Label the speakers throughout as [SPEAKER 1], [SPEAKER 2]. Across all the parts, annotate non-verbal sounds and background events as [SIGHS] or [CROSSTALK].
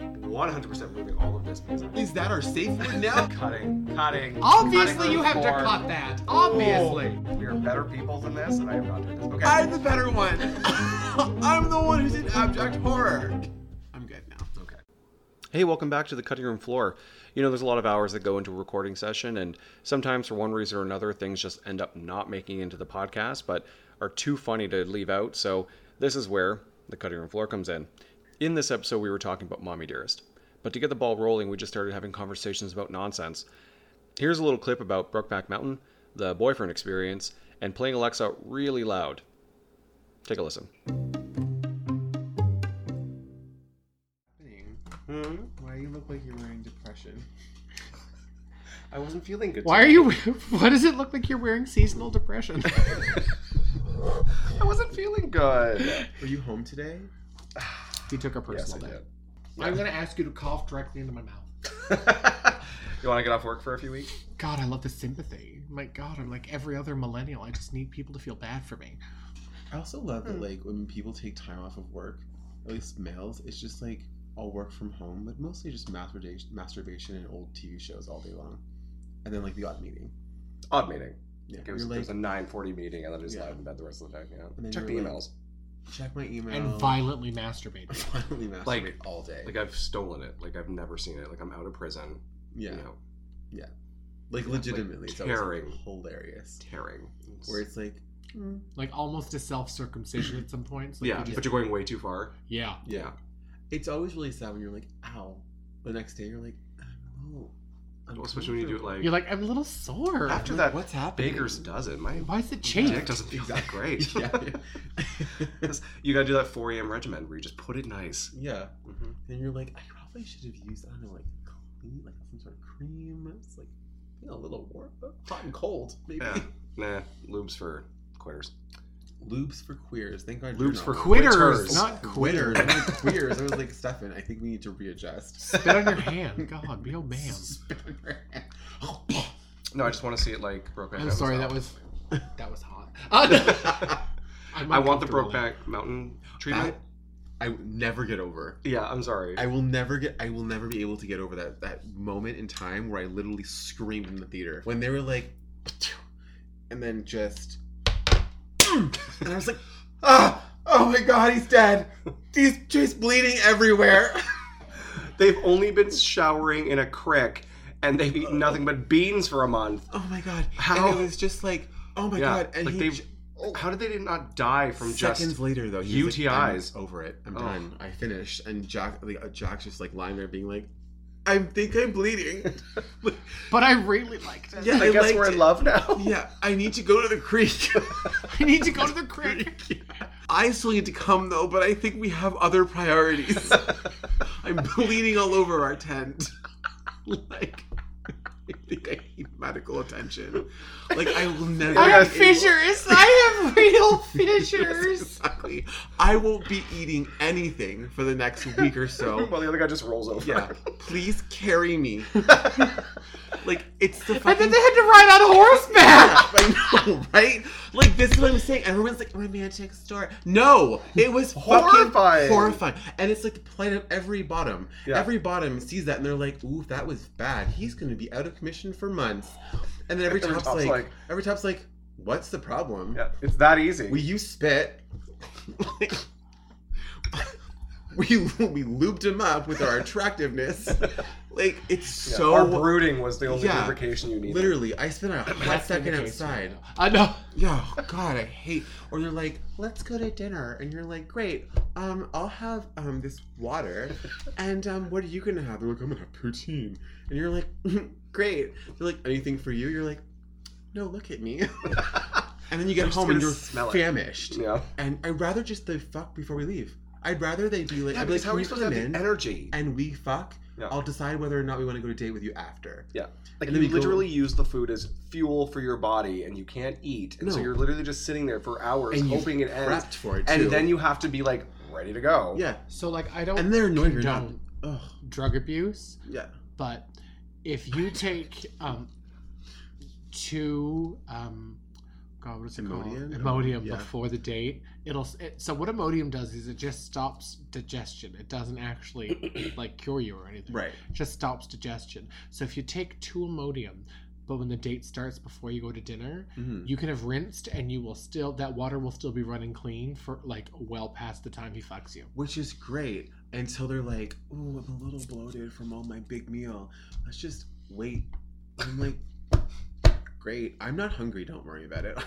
[SPEAKER 1] 100% moving all of this means I'm
[SPEAKER 2] Is that our safe word now? [LAUGHS]
[SPEAKER 1] cutting, cutting.
[SPEAKER 3] Obviously,
[SPEAKER 1] cutting
[SPEAKER 3] you
[SPEAKER 1] those
[SPEAKER 3] have to
[SPEAKER 1] four.
[SPEAKER 3] cut that. Obviously.
[SPEAKER 1] We are better people than this, and I am not doing this. Okay.
[SPEAKER 2] Oh. I'm the better one. [LAUGHS] I'm the one who's in abject horror. I'm good now.
[SPEAKER 1] okay.
[SPEAKER 4] Hey, welcome back to the cutting room floor. You know, there's a lot of hours that go into a recording session, and sometimes for one reason or another, things just end up not making into the podcast, but are too funny to leave out. So, this is where the cutting room floor comes in. In this episode, we were talking about Mommy Dearest, but to get the ball rolling, we just started having conversations about nonsense. Here's a little clip about Brookback Mountain, the boyfriend experience, and playing Alexa really loud. Take a listen.
[SPEAKER 2] Hmm? Why you look like you're wearing depression?
[SPEAKER 1] I wasn't feeling good.
[SPEAKER 3] Why are you? [LAUGHS] Why does it look like you're wearing seasonal depression?
[SPEAKER 1] [LAUGHS]
[SPEAKER 3] [LAUGHS]
[SPEAKER 1] I wasn't feeling good.
[SPEAKER 2] Were you home today?
[SPEAKER 3] he took a
[SPEAKER 1] yes, I
[SPEAKER 3] personal day.
[SPEAKER 1] did.
[SPEAKER 3] I'm gonna ask you to cough directly into my mouth.
[SPEAKER 1] [LAUGHS] you want to get off work for a few weeks?
[SPEAKER 3] God, I love the sympathy. My God, I'm like every other millennial. I just need people to feel bad for me.
[SPEAKER 2] I also love
[SPEAKER 1] Hmm.
[SPEAKER 2] that like when people take time off of work, at least males, it's just like all work from home, but mostly just masturbation, masturbation and old TV shows all day long, and then like the odd meeting.
[SPEAKER 1] Odd meeting.
[SPEAKER 2] Yeah,
[SPEAKER 1] It was,
[SPEAKER 2] you're
[SPEAKER 1] there was
[SPEAKER 2] like,
[SPEAKER 1] a 9:40 meeting, and then I just
[SPEAKER 2] Yeah.
[SPEAKER 1] lied in bed the rest of the day.
[SPEAKER 2] And
[SPEAKER 1] Yeah.
[SPEAKER 2] then
[SPEAKER 1] Check the
[SPEAKER 2] you were like-
[SPEAKER 1] emails.
[SPEAKER 2] check my email
[SPEAKER 3] And
[SPEAKER 2] [LAUGHS]
[SPEAKER 3] violently masturbate.
[SPEAKER 2] Finally masturbate
[SPEAKER 1] Like-
[SPEAKER 2] all day.
[SPEAKER 1] Like I've stolen it. Like I've never seen it. Like I'm out of prison.
[SPEAKER 2] yeah,
[SPEAKER 1] You know,
[SPEAKER 2] like legitimately, it's always, like,
[SPEAKER 1] tearing.
[SPEAKER 2] hilarious.
[SPEAKER 1] tearing. It's-
[SPEAKER 2] Where it's like, mm,
[SPEAKER 3] Like almost a self circumcision at some points. Like,
[SPEAKER 1] yeah,
[SPEAKER 3] you just-
[SPEAKER 1] but you're going way too far.
[SPEAKER 3] yeah.
[SPEAKER 2] yeah, it's always really sad when you're like, ow. The next day you're like, oh,
[SPEAKER 1] Well, especially when you do it like,
[SPEAKER 3] You're like I'm a little sore.
[SPEAKER 1] after
[SPEAKER 3] Like,
[SPEAKER 1] that.
[SPEAKER 2] what's happening?
[SPEAKER 1] Baker's does it. My
[SPEAKER 3] Why is
[SPEAKER 2] [LAUGHS]
[SPEAKER 3] it
[SPEAKER 1] dick
[SPEAKER 3] chafed?
[SPEAKER 1] doesn't feel that
[SPEAKER 2] Exactly.
[SPEAKER 1] great.
[SPEAKER 2] yeah, [LAUGHS]
[SPEAKER 1] [LAUGHS]
[SPEAKER 2] yeah.
[SPEAKER 1] 'Cause you gotta do that 4 a.m. regimen where you just put it nice.
[SPEAKER 2] yeah.
[SPEAKER 1] Mm-hmm.
[SPEAKER 2] Then you're like, I probably should have used, I don't know, like clean, like some sort of cream. It's like you know, a little warm, but hot and cold, maybe. [LAUGHS]
[SPEAKER 1] Yeah. Nah, lubes for quitters.
[SPEAKER 2] Lubes for queers. Thank God.
[SPEAKER 1] Lubes for
[SPEAKER 3] [LAUGHS] Quitters,
[SPEAKER 1] quitters.
[SPEAKER 3] not
[SPEAKER 2] Quitters,
[SPEAKER 3] quitters.
[SPEAKER 2] I meant queers. I was like, Stefan, I think we need to readjust.
[SPEAKER 3] Spit on your hand. God, be a
[SPEAKER 2] [LAUGHS]
[SPEAKER 3] man.
[SPEAKER 2] Spit on your hand.
[SPEAKER 1] No, I just want to see it like Brokeback
[SPEAKER 3] I'm
[SPEAKER 1] Mountain
[SPEAKER 3] sorry.
[SPEAKER 1] style. [LAUGHS]
[SPEAKER 3] That was that was hot. Oh, no. I'm
[SPEAKER 1] I want the
[SPEAKER 3] uncomfortable.
[SPEAKER 1] Brokeback Mountain treatment.
[SPEAKER 2] I will never get over.
[SPEAKER 1] yeah, I'm sorry.
[SPEAKER 2] I will never get. I will never be able to get over that that moment in time where I literally screamed in the theater when they were like, and then just, and I was like, ah, oh my god, he's dead. He's just bleeding everywhere. [LAUGHS]
[SPEAKER 1] They've only been showering in a crick, and they've eaten nothing but beans for a month.
[SPEAKER 2] Oh my god.
[SPEAKER 1] How-
[SPEAKER 2] And it was just like, oh my
[SPEAKER 1] Yeah,
[SPEAKER 2] god. And
[SPEAKER 1] like
[SPEAKER 2] he
[SPEAKER 1] they've-
[SPEAKER 2] j- oh.
[SPEAKER 1] How did they not die from
[SPEAKER 2] seconds
[SPEAKER 1] just?
[SPEAKER 2] later though he was like, I'm
[SPEAKER 1] UTIs.
[SPEAKER 2] over it i'm
[SPEAKER 1] Oh.
[SPEAKER 2] done i finished and jack like uh, jack's just like lying there being like i think i'm bleeding [LAUGHS]
[SPEAKER 3] But I really liked it.
[SPEAKER 2] yeah
[SPEAKER 1] I, guess
[SPEAKER 2] liked
[SPEAKER 1] we're
[SPEAKER 2] it.
[SPEAKER 1] in love now.
[SPEAKER 2] yeah i need to go to the
[SPEAKER 1] [LAUGHS]
[SPEAKER 2] creek
[SPEAKER 3] [LAUGHS]
[SPEAKER 2] [LAUGHS]
[SPEAKER 3] I need to go to the creek.
[SPEAKER 2] I still need to come though, but I think we have other priorities. I'm bleeding all over our tent. [LAUGHS] like, I think I need medical attention. Like, I will never.
[SPEAKER 3] I have
[SPEAKER 2] be able-
[SPEAKER 3] fissures. I
[SPEAKER 2] [LAUGHS]
[SPEAKER 3] have real fissures.
[SPEAKER 2] Exactly. I won't be eating anything for the next week
[SPEAKER 1] [LAUGHS]
[SPEAKER 2] or so.
[SPEAKER 1] well, the other guy just rolls over.
[SPEAKER 2] Yeah. Please carry
[SPEAKER 3] [LAUGHS]
[SPEAKER 2] me. like, it's the
[SPEAKER 3] And
[SPEAKER 2] fucking.
[SPEAKER 3] then they had to ride on
[SPEAKER 2] [LAUGHS]
[SPEAKER 3] horseback.
[SPEAKER 2] I know, right? Like this is what I'm saying. Everyone's like romantic story. No, it was
[SPEAKER 1] Horrifying.
[SPEAKER 2] horrifying, horrifying, and it's like the plight of every bottom.
[SPEAKER 1] [LAUGHS] Yeah.
[SPEAKER 2] Every bottom sees that and they're like, "Ooh, that was bad. He's going to be out of commission for months." And then every,
[SPEAKER 1] Every
[SPEAKER 2] top's,
[SPEAKER 1] top's
[SPEAKER 2] like,
[SPEAKER 1] like-
[SPEAKER 2] every top's like, "What's the problem?
[SPEAKER 1] Yeah, it's that easy.
[SPEAKER 2] We use spit. Like, we we lubed him up with our attractiveness. like it's
[SPEAKER 1] Yeah,
[SPEAKER 2] so."
[SPEAKER 1] our brooding was the only
[SPEAKER 2] Yeah.
[SPEAKER 1] lubrication you needed.
[SPEAKER 2] Literally, I spent a hot
[SPEAKER 3] That's been
[SPEAKER 2] second
[SPEAKER 3] the case for
[SPEAKER 2] outside.
[SPEAKER 3] I know.
[SPEAKER 2] Yeah, oh, God, I hate. Or they're like, let's go to dinner, and you're like, great. Um, I'll have um this water, and um, what are you gonna have? They're like, I'm gonna have poutine, and you're like, [LAUGHS] great. They're like, anything for you? You're like, no, look at me. [LAUGHS] and then you get
[SPEAKER 1] just
[SPEAKER 2] home and
[SPEAKER 1] gonna
[SPEAKER 2] you're
[SPEAKER 1] smell it.
[SPEAKER 2] famished.
[SPEAKER 1] Yeah.
[SPEAKER 2] And I'd rather just they fuck before we leave. I'd rather they be like,
[SPEAKER 1] Yeah,
[SPEAKER 2] I'd be like,
[SPEAKER 1] because how are
[SPEAKER 2] "Can
[SPEAKER 1] you
[SPEAKER 2] you
[SPEAKER 1] supposed to
[SPEAKER 2] come
[SPEAKER 1] have
[SPEAKER 2] in
[SPEAKER 1] the energy?
[SPEAKER 2] and we fuck.
[SPEAKER 1] Yeah.
[SPEAKER 2] I'll decide whether or not we want to go to date with you after.
[SPEAKER 1] Like
[SPEAKER 2] and then
[SPEAKER 1] you
[SPEAKER 2] we go-
[SPEAKER 1] literally use the food as fuel for your body, and you can't eat, and so
[SPEAKER 2] No.
[SPEAKER 1] you're literally just sitting there for hours
[SPEAKER 2] And you've
[SPEAKER 1] hoping it ends,
[SPEAKER 2] Prepped for it too.
[SPEAKER 1] and then you have to be like ready to go.
[SPEAKER 2] yeah,
[SPEAKER 3] So like I don't
[SPEAKER 2] and they're annoyed you're not.
[SPEAKER 3] condone
[SPEAKER 2] Ugh,
[SPEAKER 3] drug abuse,
[SPEAKER 2] yeah.
[SPEAKER 3] but if you take um two um God, what is it called?
[SPEAKER 2] Imodium?
[SPEAKER 3] Imodium
[SPEAKER 2] Yeah.
[SPEAKER 3] before the date. It'll it, so what Imodium does is it just stops digestion. It
[SPEAKER 2] [CLEARS THROAT]
[SPEAKER 3] doesn't actually like cure you or anything.
[SPEAKER 2] Right.
[SPEAKER 3] It just stops digestion. So if you take two Imodium, but when the date starts before you go to dinner,
[SPEAKER 1] Mm-hmm.
[SPEAKER 2] Mhm.
[SPEAKER 3] you can have rinsed and you will still that water will still be running clean for like well past the time he fucks you.
[SPEAKER 2] Which is great until they're like, "Ooh, I'm a little bloated from all my big meal. Let's just wait." I'm like, "Great, I'm not hungry. Don't worry about it."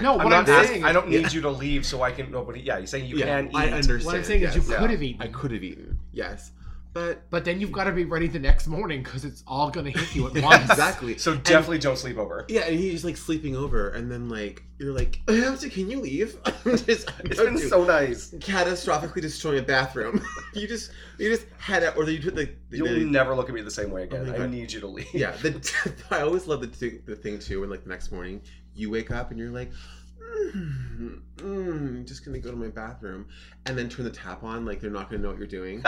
[SPEAKER 3] No,
[SPEAKER 1] I'm
[SPEAKER 3] what I'm
[SPEAKER 1] not ask-
[SPEAKER 3] saying
[SPEAKER 1] I don't need you to leave so I can. Nobody. Yeah, you're saying [LAUGHS] you
[SPEAKER 2] Yeah,
[SPEAKER 1] can eat.
[SPEAKER 2] I understand.
[SPEAKER 3] what I'm saying is
[SPEAKER 2] yes.
[SPEAKER 3] you
[SPEAKER 1] yeah.
[SPEAKER 3] could have eaten.
[SPEAKER 2] I could have eaten. Yes, but
[SPEAKER 3] But then you've got to be ready the next morning because it's all going to
[SPEAKER 2] [LAUGHS]
[SPEAKER 3] hit you at once.
[SPEAKER 2] exactly.
[SPEAKER 1] So definitely don't sleep
[SPEAKER 2] [LAUGHS]
[SPEAKER 1] over.
[SPEAKER 2] Yeah, and he's like sleeping over, and then like you're like, [LAUGHS] "Hamster, can you leave?" [LAUGHS] Just-
[SPEAKER 1] It's
[SPEAKER 2] no,
[SPEAKER 1] been
[SPEAKER 2] dude.
[SPEAKER 1] so nice.
[SPEAKER 2] catastrophically destroying a bathroom. [LAUGHS] you just you just head out, or you put like
[SPEAKER 1] [LAUGHS]
[SPEAKER 2] the,
[SPEAKER 1] You'll never look at me the same way again.
[SPEAKER 2] my
[SPEAKER 1] I
[SPEAKER 2] God.
[SPEAKER 1] need you to leave.
[SPEAKER 2] yeah. The, [LAUGHS] I always love the two, the thing too, when like the next morning you wake up and you're like, mm, mm, just gonna go to my bathroom, and then turn the tap on, like they're not gonna know what
[SPEAKER 1] [LAUGHS]
[SPEAKER 2] you're doing.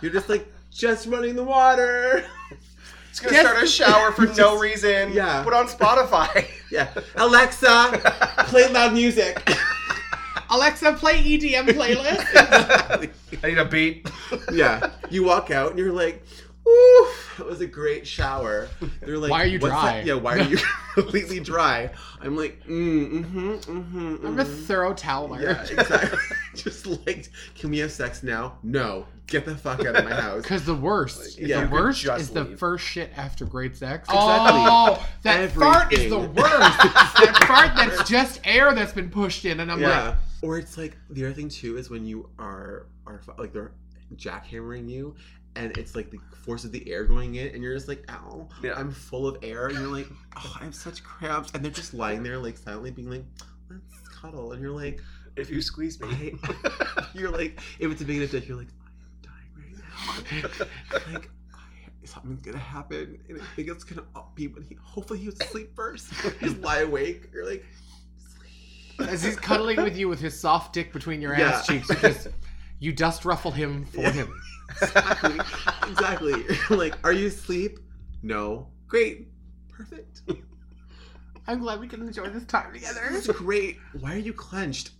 [SPEAKER 2] you're just like just running the water. [LAUGHS]
[SPEAKER 1] It's gonna
[SPEAKER 2] Yes.
[SPEAKER 1] start a shower for no
[SPEAKER 2] Just-
[SPEAKER 1] reason.
[SPEAKER 2] yeah.
[SPEAKER 1] Put on Spotify. [LAUGHS]
[SPEAKER 2] yeah, Alexa, play loud music. [LAUGHS]
[SPEAKER 3] Alexa, play EDM playlist.
[SPEAKER 1] I need a beat.
[SPEAKER 2] yeah, you walk out and you're like. Ooh, that was a great shower. They're like,
[SPEAKER 3] Why are you
[SPEAKER 2] "What's
[SPEAKER 3] dry?"
[SPEAKER 2] that?" Yeah, why
[SPEAKER 3] [LAUGHS]
[SPEAKER 2] are you [LAUGHS] completely dry? I'm like, mm, mm-hmm, mm-hmm.
[SPEAKER 3] I'm a
[SPEAKER 2] mhm."
[SPEAKER 3] thorough toweler.
[SPEAKER 2] Yeah, exactly. [LAUGHS] Just like, can we have sex now? No. Get the fuck out of my
[SPEAKER 3] [LAUGHS]
[SPEAKER 2] house.
[SPEAKER 3] Because the worst,
[SPEAKER 2] Yeah. You
[SPEAKER 3] the
[SPEAKER 2] could
[SPEAKER 3] worst
[SPEAKER 1] just
[SPEAKER 3] is the
[SPEAKER 1] leave.
[SPEAKER 3] first shit after great sex.
[SPEAKER 2] Exactly.
[SPEAKER 3] Oh, that fart is the
[SPEAKER 2] Everything.
[SPEAKER 3] worst. that fart
[SPEAKER 2] [LAUGHS]
[SPEAKER 3] that's just air that's been pushed in, and I'm like,
[SPEAKER 2] Yeah. Or it's like the other thing too is when you are are like they're jackhammering you, and it's like the force of the air going in, and you're just like, ow,
[SPEAKER 1] Yeah.
[SPEAKER 2] I'm full of air, and you're like, oh, I have such cramps, and they're just lying there like silently being like, let's cuddle, and you're like,
[SPEAKER 1] If you squeeze me.
[SPEAKER 2] [LAUGHS] you're like, if it's a big enough dick, you're like, I am dying right now. [LAUGHS] like, I- something's gonna happen, and I think it's gonna all be when he. Hopefully, he was asleep first. [LAUGHS] just lie awake. You're like, sleep.
[SPEAKER 3] as he's cuddling with you with his soft dick between your ass
[SPEAKER 2] Yeah.
[SPEAKER 3] cheeks, you just you dust ruffle him for
[SPEAKER 2] Yeah.
[SPEAKER 3] him.
[SPEAKER 2] exactly. [LAUGHS] exactly. [LAUGHS] You're like, are you asleep? No. Great. Perfect.
[SPEAKER 3] I'm glad we can enjoy this
[SPEAKER 2] [LAUGHS]
[SPEAKER 3] time together.
[SPEAKER 2] That's great. Why are you clenched?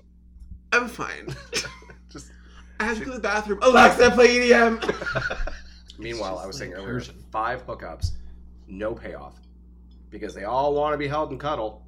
[SPEAKER 2] I'm fine. [LAUGHS]
[SPEAKER 1] Just-
[SPEAKER 2] I have to go to the bathroom. Alexa, play E EDM.
[SPEAKER 1] [LAUGHS] Meanwhile,
[SPEAKER 3] just
[SPEAKER 1] I was
[SPEAKER 3] like
[SPEAKER 1] saying
[SPEAKER 3] a
[SPEAKER 1] earlier,
[SPEAKER 3] Persian.
[SPEAKER 1] five hookups, no payoff, because they all want to be held and cuddled.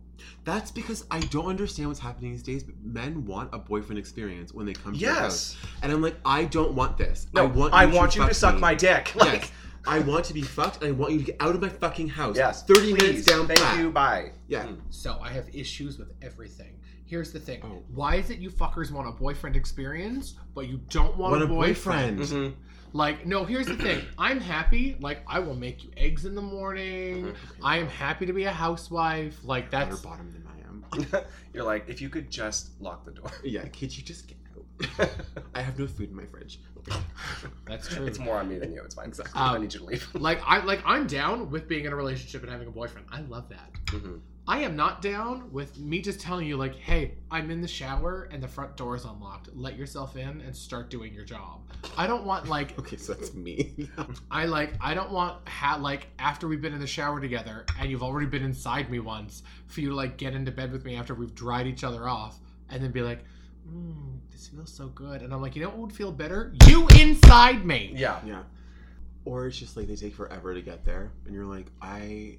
[SPEAKER 2] That's because I don't understand what's happening these days. But men want a boyfriend experience when they come to your house.
[SPEAKER 1] Yes.
[SPEAKER 2] And I'm like, I don't want this.
[SPEAKER 1] No,
[SPEAKER 2] I want.
[SPEAKER 1] I want you to
[SPEAKER 2] fuck
[SPEAKER 1] suck
[SPEAKER 2] me.
[SPEAKER 1] my dick. [LAUGHS] Like,
[SPEAKER 2] Yes. I want to be fucked, and I want you to get out of my fucking house.
[SPEAKER 1] yes.
[SPEAKER 2] Thirty
[SPEAKER 1] please.
[SPEAKER 2] minutes down.
[SPEAKER 1] Thank
[SPEAKER 2] pat.
[SPEAKER 1] you. Bye.
[SPEAKER 2] Yeah.
[SPEAKER 3] So I have issues with everything. Here's the thing.
[SPEAKER 2] Oh.
[SPEAKER 3] Why is it you fuckers want a boyfriend experience, but you don't want,
[SPEAKER 2] What
[SPEAKER 3] a,
[SPEAKER 2] a
[SPEAKER 3] boyfriend?
[SPEAKER 2] boyfriend. Mm-hmm.
[SPEAKER 1] Mhm.
[SPEAKER 3] Like, no, here's the [CLEARS THROAT] thing. I'm happy. Like, I will make you eggs in the morning. I am happy to be a housewife. Like,
[SPEAKER 2] Better
[SPEAKER 3] that's.
[SPEAKER 2] bottom than I am. [LAUGHS]
[SPEAKER 1] You're like, if you could just lock the door.
[SPEAKER 2] Yeah, could you just get
[SPEAKER 3] [LAUGHS]
[SPEAKER 2] out? I have no food in my fridge.
[SPEAKER 3] That's true.
[SPEAKER 2] Hmm.
[SPEAKER 1] It's more on me than you. It's fine.
[SPEAKER 2] Exactly.
[SPEAKER 1] I
[SPEAKER 3] Um,
[SPEAKER 1] need you to leave.
[SPEAKER 3] [LAUGHS]
[SPEAKER 1] [LAUGHS]
[SPEAKER 3] like I like I'm down with being in a relationship and having a boyfriend. I love that.
[SPEAKER 1] Mhm.
[SPEAKER 3] I am not down with me just telling you like, "Hey, I'm in the shower and the front door is unlocked. Let yourself in and start doing your job." I don't want like
[SPEAKER 2] Okay, so that's
[SPEAKER 3] [LAUGHS]
[SPEAKER 2] me.
[SPEAKER 3] I like I don't want ha- like after we've been in the shower together and you've already been inside me once for you to like get into bed with me after we've dried each other off and then be like, mm, "This feels so good," and I'm like, "You know what would feel better? You inside me."
[SPEAKER 1] Yeah.
[SPEAKER 2] yeah. Or it's just like they take forever to get there, and you're like, I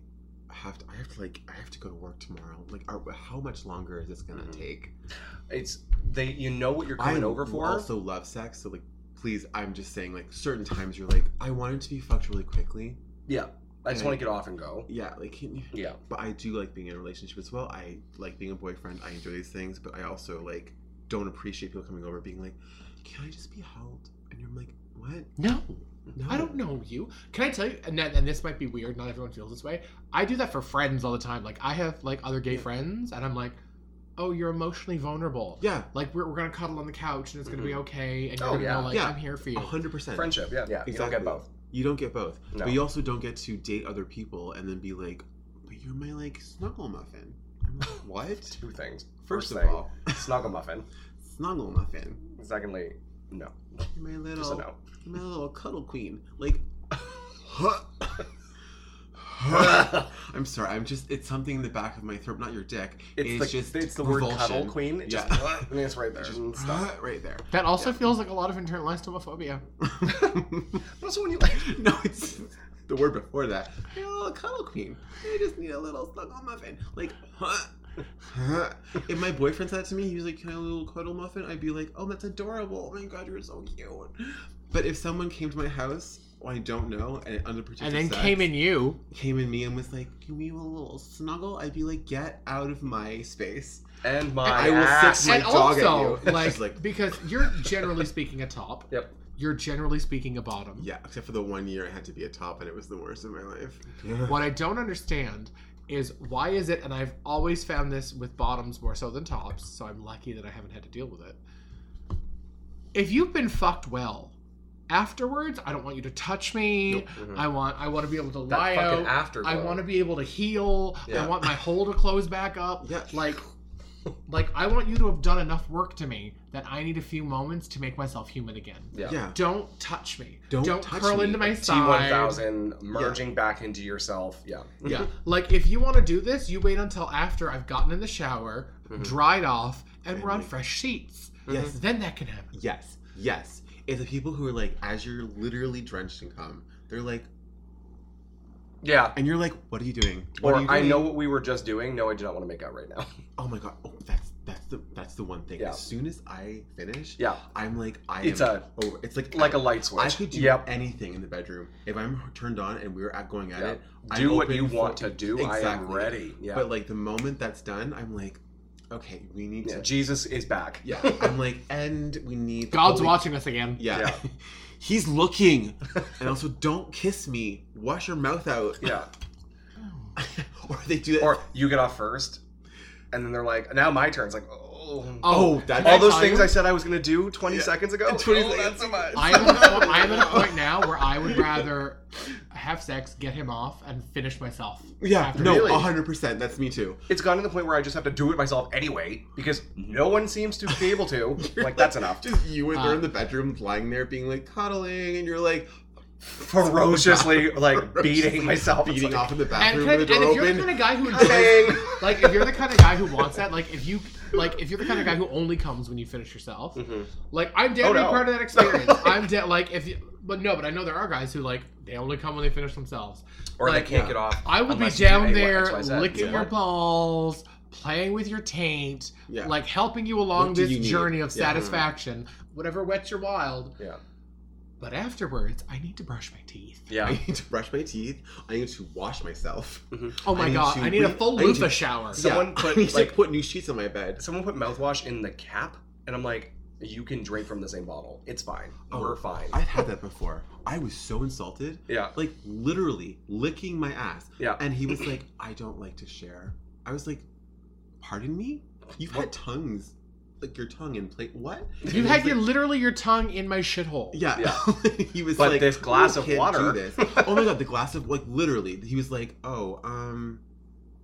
[SPEAKER 2] have to, I have to like, I have to go to work tomorrow. Like, are, how much longer is this gonna
[SPEAKER 1] Mhm.
[SPEAKER 2] take?
[SPEAKER 1] It's they. You know what you're coming
[SPEAKER 2] I
[SPEAKER 1] over for.
[SPEAKER 2] also love sex, so like, please, I'm just saying, like, certain times you're like, I wanted to be fucked really quickly.
[SPEAKER 1] yeah. I just
[SPEAKER 2] Okay.
[SPEAKER 1] want to get off and go.
[SPEAKER 2] Yeah, like, can you?
[SPEAKER 1] Yeah.
[SPEAKER 2] But I do like being in a relationship as well. I like being a boyfriend. I enjoy these things, but I also like don't appreciate people coming over being like, "Can I just be held?" And you're like, "What?
[SPEAKER 3] No.
[SPEAKER 2] No,
[SPEAKER 3] I don't know you. Can I tell you? And, that, and this might be weird. Not everyone feels this way. I do that for friends all the time. Like I have like other gay
[SPEAKER 2] Yeah.
[SPEAKER 3] friends, and I'm like, oh, you're emotionally vulnerable.
[SPEAKER 2] Yeah,
[SPEAKER 3] Like we're, we're gonna cuddle on the couch, and it's gonna be
[SPEAKER 1] Mhm.
[SPEAKER 3] okay, and you're
[SPEAKER 1] Oh,
[SPEAKER 3] gonna
[SPEAKER 1] yeah.
[SPEAKER 3] know like
[SPEAKER 2] Yeah. Oh,
[SPEAKER 3] I'm here for you.
[SPEAKER 2] hundred percent.
[SPEAKER 1] Friendship. Yeah. Yeah. You don't get
[SPEAKER 2] Hmm. Exactly.
[SPEAKER 1] both.
[SPEAKER 2] You don't get both,
[SPEAKER 1] No.
[SPEAKER 2] but you also don't get to date other people and then be like, "But you're my like snuggle muffin."
[SPEAKER 1] [LAUGHS]
[SPEAKER 2] I'm like, "What?"
[SPEAKER 1] Two things.
[SPEAKER 2] First of
[SPEAKER 1] thing,
[SPEAKER 2] all,
[SPEAKER 1] snuggle muffin.
[SPEAKER 2] snuggle muffin.
[SPEAKER 1] Secondly, no.
[SPEAKER 2] You're my little,
[SPEAKER 1] Just a no. [LAUGHS]
[SPEAKER 2] you're my little cuddle queen. Like, huh. [LAUGHS] I'm sorry. I'm just. It's something in the back of my throat, not your dick.
[SPEAKER 1] It's,
[SPEAKER 2] It's
[SPEAKER 1] the,
[SPEAKER 2] just.
[SPEAKER 1] it's the word
[SPEAKER 2] revulsion.
[SPEAKER 1] cuddle queen. It just,
[SPEAKER 2] yeah.
[SPEAKER 1] [LAUGHS] I mean, it's right there. and stuff.
[SPEAKER 2] [LAUGHS] right there.
[SPEAKER 3] That also feels like a lot of internalized homophobia.
[SPEAKER 1] [LAUGHS] But also when you like,
[SPEAKER 2] [LAUGHS] no, it's the word before that. You're a little cuddle queen. I just need a little snuggle muffin. Like, huh? Huh? If my boyfriend said that to me, he was like, "Can I have a little cuddle muffin?" I'd be like, "Oh, that's adorable! Oh my god, you're so cute." But if someone came to my house, well, I don't know, and under protective
[SPEAKER 3] and then
[SPEAKER 2] sex,
[SPEAKER 3] came in you.
[SPEAKER 2] came in me and was like, "Can we have a little snuggle?" I'd be like, "Get out of my space."
[SPEAKER 1] and my
[SPEAKER 2] I will
[SPEAKER 1] ass.
[SPEAKER 2] sit my
[SPEAKER 3] and
[SPEAKER 2] dog at
[SPEAKER 3] also,
[SPEAKER 2] you.
[SPEAKER 3] like,
[SPEAKER 2] She's like-
[SPEAKER 3] because you're generally speaking
[SPEAKER 2] [LAUGHS]
[SPEAKER 3] a top.
[SPEAKER 1] Yep.
[SPEAKER 3] You're generally speaking a bottom.
[SPEAKER 2] Yeah, except for the one year I had to be a top, and it was the worst of my life.
[SPEAKER 3] What I don't understand is why is it, and I've always found this with bottoms more so than tops, so I'm lucky that I haven't had to deal with it. If you've been fucked well, afterwards, I don't want you to touch me.
[SPEAKER 2] Mm-hmm.
[SPEAKER 1] Mhm.
[SPEAKER 3] I want I want to be able to
[SPEAKER 1] That
[SPEAKER 3] lie
[SPEAKER 2] uh,
[SPEAKER 1] fucking
[SPEAKER 3] out.
[SPEAKER 1] afterglow.
[SPEAKER 3] I want to be able to heal.
[SPEAKER 1] Yeah.
[SPEAKER 3] I want my hole to close back up.
[SPEAKER 2] Yeah. [LAUGHS]
[SPEAKER 3] Like like I want you to have done enough work to me that I need a few moments to make myself human again.
[SPEAKER 1] Yeah.
[SPEAKER 2] yeah.
[SPEAKER 3] Don't touch me.
[SPEAKER 2] Don't touch
[SPEAKER 3] curl
[SPEAKER 2] me.
[SPEAKER 3] into my
[SPEAKER 1] T
[SPEAKER 3] side.
[SPEAKER 1] one thousand merging back into yourself. Yeah.
[SPEAKER 2] [LAUGHS]
[SPEAKER 3] [LAUGHS] Yeah. Like if you want to do this, you wait until after I've gotten in the shower, dried off, and we're on fresh sheets.
[SPEAKER 2] Mm-hmm. Yes.
[SPEAKER 3] Then that can
[SPEAKER 2] [LAUGHS]
[SPEAKER 3] happen.
[SPEAKER 2] Yes, yes. It's the people who are like, as you're literally drenched in cum, they're like,
[SPEAKER 1] Yeah.
[SPEAKER 2] and you're like, what are you doing? What
[SPEAKER 1] Or
[SPEAKER 2] are you
[SPEAKER 1] I
[SPEAKER 2] doing?"
[SPEAKER 1] know what we were just doing. No, I do not want to make out right [LAUGHS] now.
[SPEAKER 2] Oh my god. Oh, that's that's the that's the one thing.
[SPEAKER 1] Yeah.
[SPEAKER 2] As soon as I finish,
[SPEAKER 1] Yeah.
[SPEAKER 2] I'm like, I
[SPEAKER 1] It's
[SPEAKER 2] am
[SPEAKER 1] a-
[SPEAKER 2] over. It's like
[SPEAKER 1] Like a light switch.
[SPEAKER 2] I could do
[SPEAKER 1] Yep.
[SPEAKER 2] anything in the bedroom if I'm turned on and we're at going at
[SPEAKER 1] Yeah.
[SPEAKER 2] it.
[SPEAKER 1] do
[SPEAKER 2] I'm
[SPEAKER 1] what
[SPEAKER 2] open
[SPEAKER 1] you
[SPEAKER 2] for-
[SPEAKER 1] want to do. I am
[SPEAKER 2] Exactly.
[SPEAKER 1] ready. Yeah.
[SPEAKER 2] But like the moment that's done, I'm like, okay, we need
[SPEAKER 1] yeah.
[SPEAKER 2] to.
[SPEAKER 1] Jesus is back.
[SPEAKER 2] Yeah,
[SPEAKER 1] [LAUGHS]
[SPEAKER 2] I'm like, and we need. the
[SPEAKER 3] God's
[SPEAKER 2] Holy
[SPEAKER 3] watching us again.
[SPEAKER 2] Yeah.
[SPEAKER 1] Yeah.
[SPEAKER 2] [LAUGHS]
[SPEAKER 1] [LAUGHS]
[SPEAKER 2] He's looking. And also, don't kiss me. Wash your mouth out.
[SPEAKER 1] [LAUGHS]
[SPEAKER 2] [LAUGHS]
[SPEAKER 1] Yeah.
[SPEAKER 2] or they do that.
[SPEAKER 1] Or you get off first, and then they're like, now my turn. It's like, oh.
[SPEAKER 2] oh,
[SPEAKER 1] All
[SPEAKER 2] that's
[SPEAKER 3] Can I
[SPEAKER 1] those
[SPEAKER 3] tell
[SPEAKER 1] things
[SPEAKER 3] you?
[SPEAKER 1] I said I was gonna do 20
[SPEAKER 2] Yeah.
[SPEAKER 1] seconds ago.
[SPEAKER 2] 20
[SPEAKER 1] oh,
[SPEAKER 2] seconds.
[SPEAKER 1] that's so much.
[SPEAKER 3] I am, at a point, I
[SPEAKER 1] [LAUGHS]
[SPEAKER 3] am at
[SPEAKER 2] [LAUGHS]
[SPEAKER 3] a point now where I would rather have sex, get him off, and finish myself.
[SPEAKER 2] yeah.
[SPEAKER 3] after
[SPEAKER 2] No,
[SPEAKER 1] Really?
[SPEAKER 2] hundred percent. That's me too.
[SPEAKER 1] it's gotten to the point where I just have to do it myself anyway because no one seems to be able [LAUGHS] to. Mm-hmm. like that's enough.
[SPEAKER 2] Just you and they're
[SPEAKER 3] Uh,
[SPEAKER 2] in the bedroom, lying there, being like cuddling, and you're like
[SPEAKER 1] ferociously like beating myself. It's
[SPEAKER 2] beating
[SPEAKER 1] like,
[SPEAKER 2] off in the
[SPEAKER 3] And,
[SPEAKER 2] bathroom
[SPEAKER 3] can-
[SPEAKER 2] with the
[SPEAKER 3] and
[SPEAKER 2] door
[SPEAKER 3] if you're
[SPEAKER 2] open.
[SPEAKER 3] the kind of
[SPEAKER 1] [LAUGHS]
[SPEAKER 2] [LAUGHS]
[SPEAKER 3] guy who enjoys,
[SPEAKER 1] Bang!
[SPEAKER 3] like if you're the kind of guy who wants that, like if you like if you're the kind of guy who only comes when you finish yourself, like I'm dead
[SPEAKER 1] Oh,
[SPEAKER 3] to
[SPEAKER 1] no.
[SPEAKER 3] be part of that experience. I'm dead. Like if you, but no, but I know there are guys who like they only come when they finish themselves.
[SPEAKER 1] Or
[SPEAKER 3] like,
[SPEAKER 1] they can't
[SPEAKER 2] yeah.
[SPEAKER 1] get off.
[SPEAKER 3] I will be
[SPEAKER 1] unless you do A,
[SPEAKER 3] down
[SPEAKER 1] Y,
[SPEAKER 3] there
[SPEAKER 1] X, Y, Z.
[SPEAKER 3] licking
[SPEAKER 1] Yeah.
[SPEAKER 3] your balls, playing with your taint,
[SPEAKER 2] Yeah.
[SPEAKER 3] like helping you along
[SPEAKER 2] What do
[SPEAKER 3] this
[SPEAKER 2] you need?
[SPEAKER 3] journey of
[SPEAKER 2] Yeah.
[SPEAKER 3] satisfaction, whatever wets your wild.
[SPEAKER 1] Yeah.
[SPEAKER 3] But afterwards, I need to brush my teeth.
[SPEAKER 2] [LAUGHS] I
[SPEAKER 1] Yeah.
[SPEAKER 2] need to brush my teeth. I need to wash myself.
[SPEAKER 3] Oh my
[SPEAKER 2] I need
[SPEAKER 3] god,
[SPEAKER 2] to
[SPEAKER 3] I need a
[SPEAKER 2] re-
[SPEAKER 3] full
[SPEAKER 2] I need
[SPEAKER 3] loofah
[SPEAKER 2] to-
[SPEAKER 3] shower.
[SPEAKER 1] Someone
[SPEAKER 2] Yeah,
[SPEAKER 1] put,
[SPEAKER 2] [LAUGHS] I need to
[SPEAKER 1] like-
[SPEAKER 2] put new sheets on my bed.
[SPEAKER 1] Someone put mouthwash in the cap, and I'm like, you can drink from the same bottle. It's fine. We're fine.
[SPEAKER 2] I've had that before. I was so insulted.
[SPEAKER 1] Yeah.
[SPEAKER 2] Like literally licking my ass.
[SPEAKER 1] Yeah.
[SPEAKER 2] And he was like, I don't like to share. I was like, Pardon me? You've had tongues. Like your tongue in plate. What? And he
[SPEAKER 3] You
[SPEAKER 2] was
[SPEAKER 3] had your,
[SPEAKER 2] like-
[SPEAKER 3] literally your tongue in my shithole.
[SPEAKER 2] Yeah. [LAUGHS] he was
[SPEAKER 1] But
[SPEAKER 2] like,
[SPEAKER 1] this glass
[SPEAKER 2] "You
[SPEAKER 1] of
[SPEAKER 2] can't
[SPEAKER 1] water."
[SPEAKER 2] Do this. Oh
[SPEAKER 1] [LAUGHS]
[SPEAKER 2] my god, the glass of like literally. He was like, oh, um,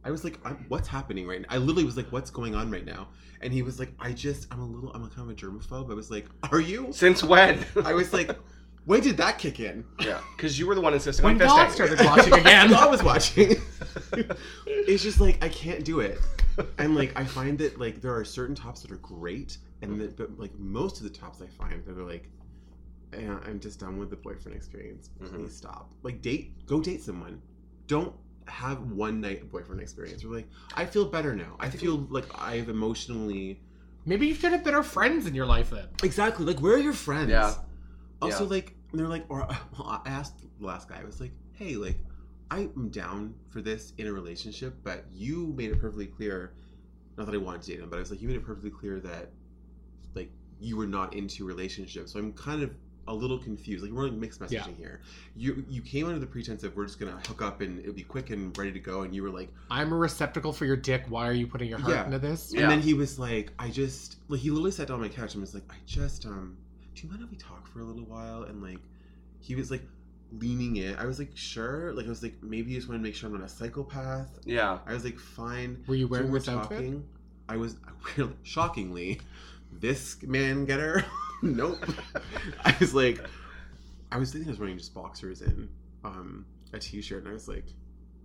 [SPEAKER 2] I was like, I'm, what's happening right now? I literally was like, what's going on right now? And he was like, I just, I'm a little, I'm a kind of a germaphobe. I was like, are you?
[SPEAKER 1] Since when?
[SPEAKER 2] I was like, when did that kick in?
[SPEAKER 1] [LAUGHS] yeah. Because you were the one insisting
[SPEAKER 3] When
[SPEAKER 1] on
[SPEAKER 3] God
[SPEAKER 1] fisting.
[SPEAKER 3] started watching
[SPEAKER 2] [LAUGHS]
[SPEAKER 3] again.
[SPEAKER 2] I was watching. [LAUGHS] it's just like I can't do it, and like I find that like there are certain tops that are great, and that but like most of the tops I find that are like, eh, I'm just done with the boyfriend experience. Please
[SPEAKER 1] Mhm.
[SPEAKER 2] stop. Like date, go date someone. Don't have one night boyfriend experience. We're like, I feel better now. I feel like I've emotionally
[SPEAKER 3] [LAUGHS] Maybe you should have better friends in your life then.
[SPEAKER 2] exactly like where are your friends?
[SPEAKER 1] Yeah.
[SPEAKER 2] Also,
[SPEAKER 1] Yeah.
[SPEAKER 2] like they're like, or [LAUGHS] well, I asked the last guy, I was like, hey, like I'm down for this in a relationship, but you made it perfectly clear, not that I wanted to date him, but I was like, you made it perfectly clear that like you were not into relationships. So I'm kind of a little confused. Like we're like mixed messaging
[SPEAKER 3] Yeah.
[SPEAKER 2] here. You you came under the pretense of we're just gonna hook up and it'll be quick and ready to go, and you were like,
[SPEAKER 3] I'm a receptacle for your dick. Why are you putting your heart
[SPEAKER 2] Yeah.
[SPEAKER 3] into this?
[SPEAKER 1] Yeah.
[SPEAKER 2] And then he was like, I just like he literally sat down on my couch and was like, I just um, do you mind if we talk for a little while? And like, he was like leaning in. I was like, sure. Like I was like, maybe you just want to make sure I'm not a psychopath.
[SPEAKER 1] Yeah.
[SPEAKER 2] I was like, fine.
[SPEAKER 3] Were you
[SPEAKER 2] So
[SPEAKER 3] wearing
[SPEAKER 2] we're
[SPEAKER 3] this outfit?
[SPEAKER 2] I was [LAUGHS] really shockingly this man getter. [LAUGHS]
[SPEAKER 3] [LAUGHS]
[SPEAKER 2] nope. I was like, I was thinking I was wearing just boxers and um a t-shirt, and I was like,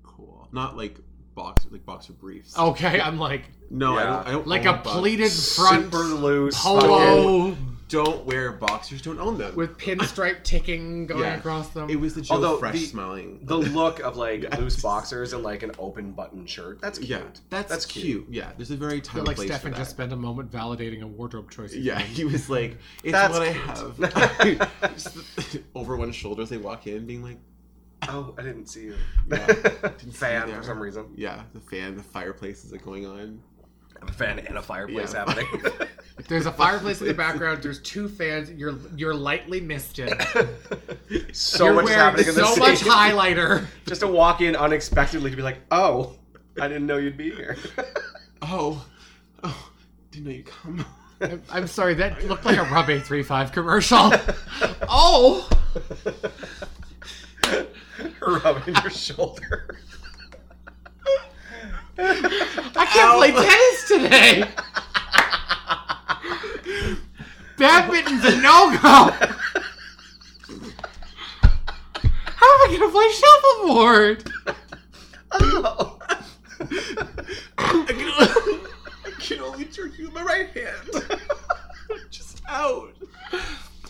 [SPEAKER 2] cool. Not like box like boxer briefs.
[SPEAKER 3] Okay, I'm like
[SPEAKER 2] no, I
[SPEAKER 1] Yeah.
[SPEAKER 2] don't. I don't
[SPEAKER 3] Oh, like
[SPEAKER 2] own
[SPEAKER 3] a
[SPEAKER 2] box-
[SPEAKER 3] pleated front
[SPEAKER 1] Super loose. [LAUGHS] fucking-
[SPEAKER 3] polo
[SPEAKER 2] Don't wear boxers. Don't own them.
[SPEAKER 3] with pinstripe ticking going
[SPEAKER 2] Yeah.
[SPEAKER 3] across them.
[SPEAKER 2] it was the Joe
[SPEAKER 1] Although
[SPEAKER 2] Fresh
[SPEAKER 1] the-
[SPEAKER 2] smelling.
[SPEAKER 1] The look of like loose boxers and like an open button shirt. That's cute.
[SPEAKER 2] yeah, that's
[SPEAKER 1] That's
[SPEAKER 2] cute. Yeah, there's a very
[SPEAKER 3] I feel
[SPEAKER 2] time
[SPEAKER 3] like
[SPEAKER 2] place for
[SPEAKER 3] Stefan
[SPEAKER 2] that.
[SPEAKER 3] just spent a moment validating a wardrobe choice. he
[SPEAKER 2] Yeah, he was like, "It's
[SPEAKER 1] That's
[SPEAKER 2] what
[SPEAKER 1] cute.
[SPEAKER 2] I have." Just [LAUGHS] Over one shoulder as they walk in, being like,
[SPEAKER 1] Oh, I didn't see you. [LAUGHS]
[SPEAKER 2] Yeah.
[SPEAKER 1] fan
[SPEAKER 2] Yeah.
[SPEAKER 1] for some reason.
[SPEAKER 2] "Yeah, the fan, the fireplace is like going on."
[SPEAKER 1] A fan and a fireplace
[SPEAKER 2] Yeah.
[SPEAKER 1] [LAUGHS]
[SPEAKER 3] [LAUGHS]
[SPEAKER 1] happening.
[SPEAKER 3] did. There's a fireplace in the background. There's two fans. You're you're lightly misted.
[SPEAKER 1] so
[SPEAKER 3] you're
[SPEAKER 1] much
[SPEAKER 3] wearing
[SPEAKER 1] happening in this [LAUGHS]
[SPEAKER 3] so much
[SPEAKER 1] scene.
[SPEAKER 3] highlighter.
[SPEAKER 1] Just to walk in unexpectedly to be like, oh, I didn't know you'd be here. [LAUGHS]
[SPEAKER 2] Oh, oh, didn't know you come.
[SPEAKER 3] I'm- I'm sorry, that looked like a Rub A35 commercial. Oh,
[SPEAKER 1] Rubbing
[SPEAKER 2] [LAUGHS]
[SPEAKER 1] your shoulder.
[SPEAKER 3] I can't play tennis today. Badminton's a no-go. How am I gonna play shuffleboard?
[SPEAKER 1] Oh.
[SPEAKER 2] I can, I can only jerk you with my right hand. Just out.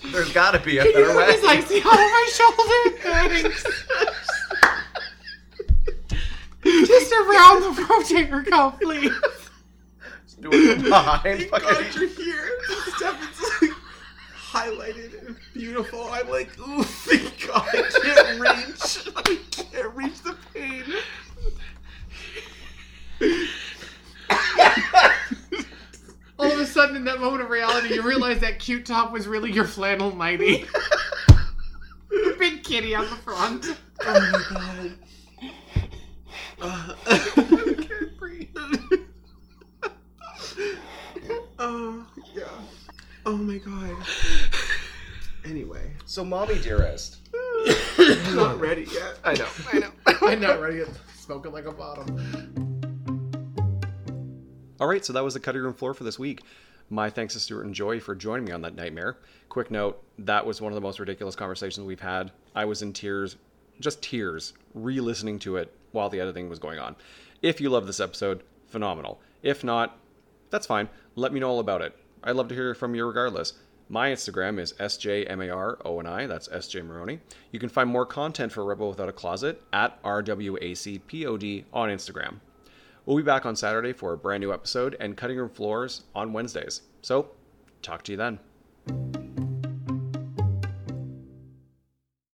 [SPEAKER 1] There's gotta be a
[SPEAKER 3] Can you
[SPEAKER 1] better
[SPEAKER 3] look
[SPEAKER 1] way.
[SPEAKER 3] as I see how my shoulder thanks. Just around the rotator cuff, please.
[SPEAKER 1] Do it from behind.
[SPEAKER 2] Thank
[SPEAKER 1] fucking-
[SPEAKER 2] God you're here. Stefan's like highlighted and beautiful. I'm like, ooh, thank God I can't reach. I can't reach the pain.
[SPEAKER 3] All of a sudden, in that moment of reality, you realize that cute top was really your flannel nightie. [LAUGHS] Big kitty on the front.
[SPEAKER 2] Oh my God. Uh, I can't breathe. oh yeah. Oh my God. [SIGHS] Anyway,
[SPEAKER 1] So, mommy dearest.
[SPEAKER 2] I'm not ready yet.
[SPEAKER 1] I know. I know.
[SPEAKER 3] I'm not ready. It's Smoking like a bottom.
[SPEAKER 4] All right, so that was the cutting room floor for this week. My thanks to Stuart and Joy for joining me on that nightmare. Quick note that was one of the most ridiculous conversations we've had. I was in tears, just tears, re listening to it while the editing was going on. If you love this episode, phenomenal. If not, that's fine. Let me know all about it. I'd love to hear from you regardless. My Instagram is sjmaroni, that's SJ Maroney. You can find more content for Rebel Without a Closet at RWACPOD on Instagram. We'll be back on Saturday for a brand new episode and Cutting Room Floors on Wednesdays. So, talk to you then.